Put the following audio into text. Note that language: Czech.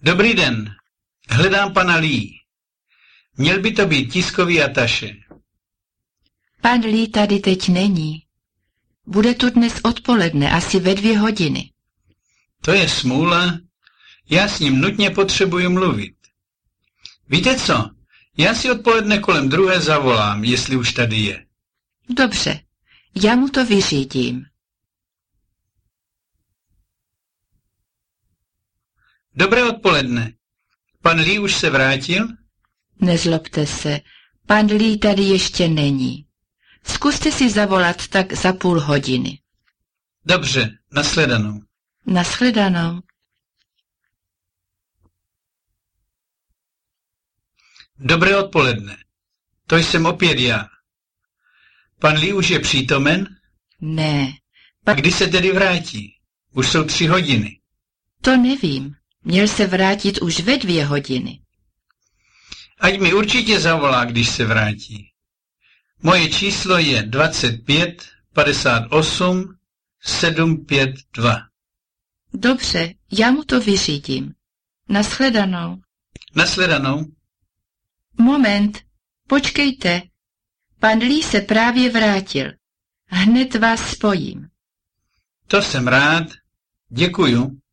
Dobrý den, hledám pana Lee. Měl by to být tiskový ataše. Pan Lee tady teď není. Bude tu dnes odpoledne, asi ve dvě hodiny. To je smůla. Já s ním nutně potřebuju mluvit. Víte co? Já si odpoledne kolem druhé zavolám, jestli už tady je. Dobře, já mu to vyřídím. Dobré odpoledne. Pan Lee už se vrátil? Nezlobte se, pan Lee tady ještě není. Zkuste si zavolat tak za půl hodiny. Dobře, nasledanou. Naschledanou. Dobré odpoledne. To jsem opět já. Pan Lee už je přítomen? Ne, A kdy se tedy vrátí? Už jsou tři hodiny. to nevím. Měl se vrátit už ve dvě hodiny. Ať mi určitě zavolá, když se vrátí. Moje číslo je 25 58 752. Dobře, já mu to vyřídím. Naschledanou. Nasledanou. Moment, počkejte. Pan Lee se právě vrátil. Hned vás spojím. To jsem rád. Děkuju.